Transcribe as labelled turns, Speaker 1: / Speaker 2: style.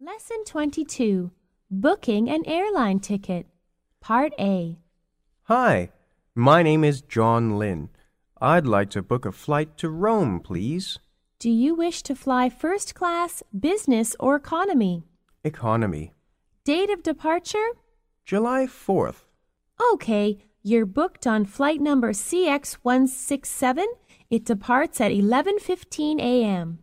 Speaker 1: Lesson 22 Booking an Airline Ticket, Part A.
Speaker 2: Hi, my name is John Lynn. I'd like to book a flight to Rome, please.
Speaker 1: Do you wish to fly first class, business, or economy?
Speaker 2: Economy.
Speaker 1: Date of departure?
Speaker 2: July 4th.
Speaker 1: Okay, you're booked on flight number CX167. It departs at 11:15 a.m.